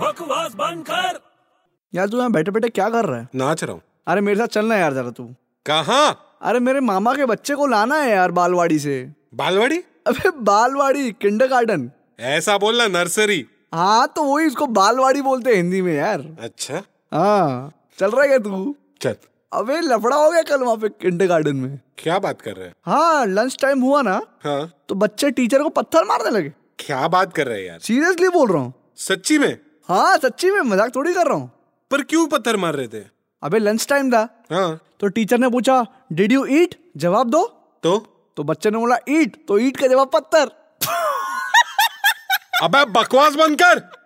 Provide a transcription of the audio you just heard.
बकवास बंद कर यार तू यहाँ बैठे बैठे क्या कर रहा है नाच रहा हूँ अरे मेरे साथ चलना यार जरा तू कहाँ अरे मेरे मामा के बच्चे को लाना है यार बालवाड़ी से बालवाड़ी अबे बालवाड़ी किंडर गार्डन ऐसा बोलना नर्सरी हाँ तो वही उसको बालवाड़ी बोलते हैं हिंदी में यार अच्छा हाँ चल रहा है क्या तू चल अबे लफड़ा हो गया कल वहाँ पे किंडर गार्डन में क्या बात कर रहे हैं हाँ लंच टाइम हुआ ना हाँ तो बच्चे टीचर को पत्थर मारने लगे क्या बात कर रहे हैं यार सीरियसली बोल रहा हूँ सच्ची में हाँ सच्ची में मजाक थोड़ी कर रहा हूँ पर क्यों पत्थर मार रहे थे अबे लंच टाइम था हाँ तो टीचर ने पूछा डिड यू ईट जवाब दो तो तो बच्चे ने बोला ईट तो ईट का जवाब पत्थर अबे बकवास बंद कर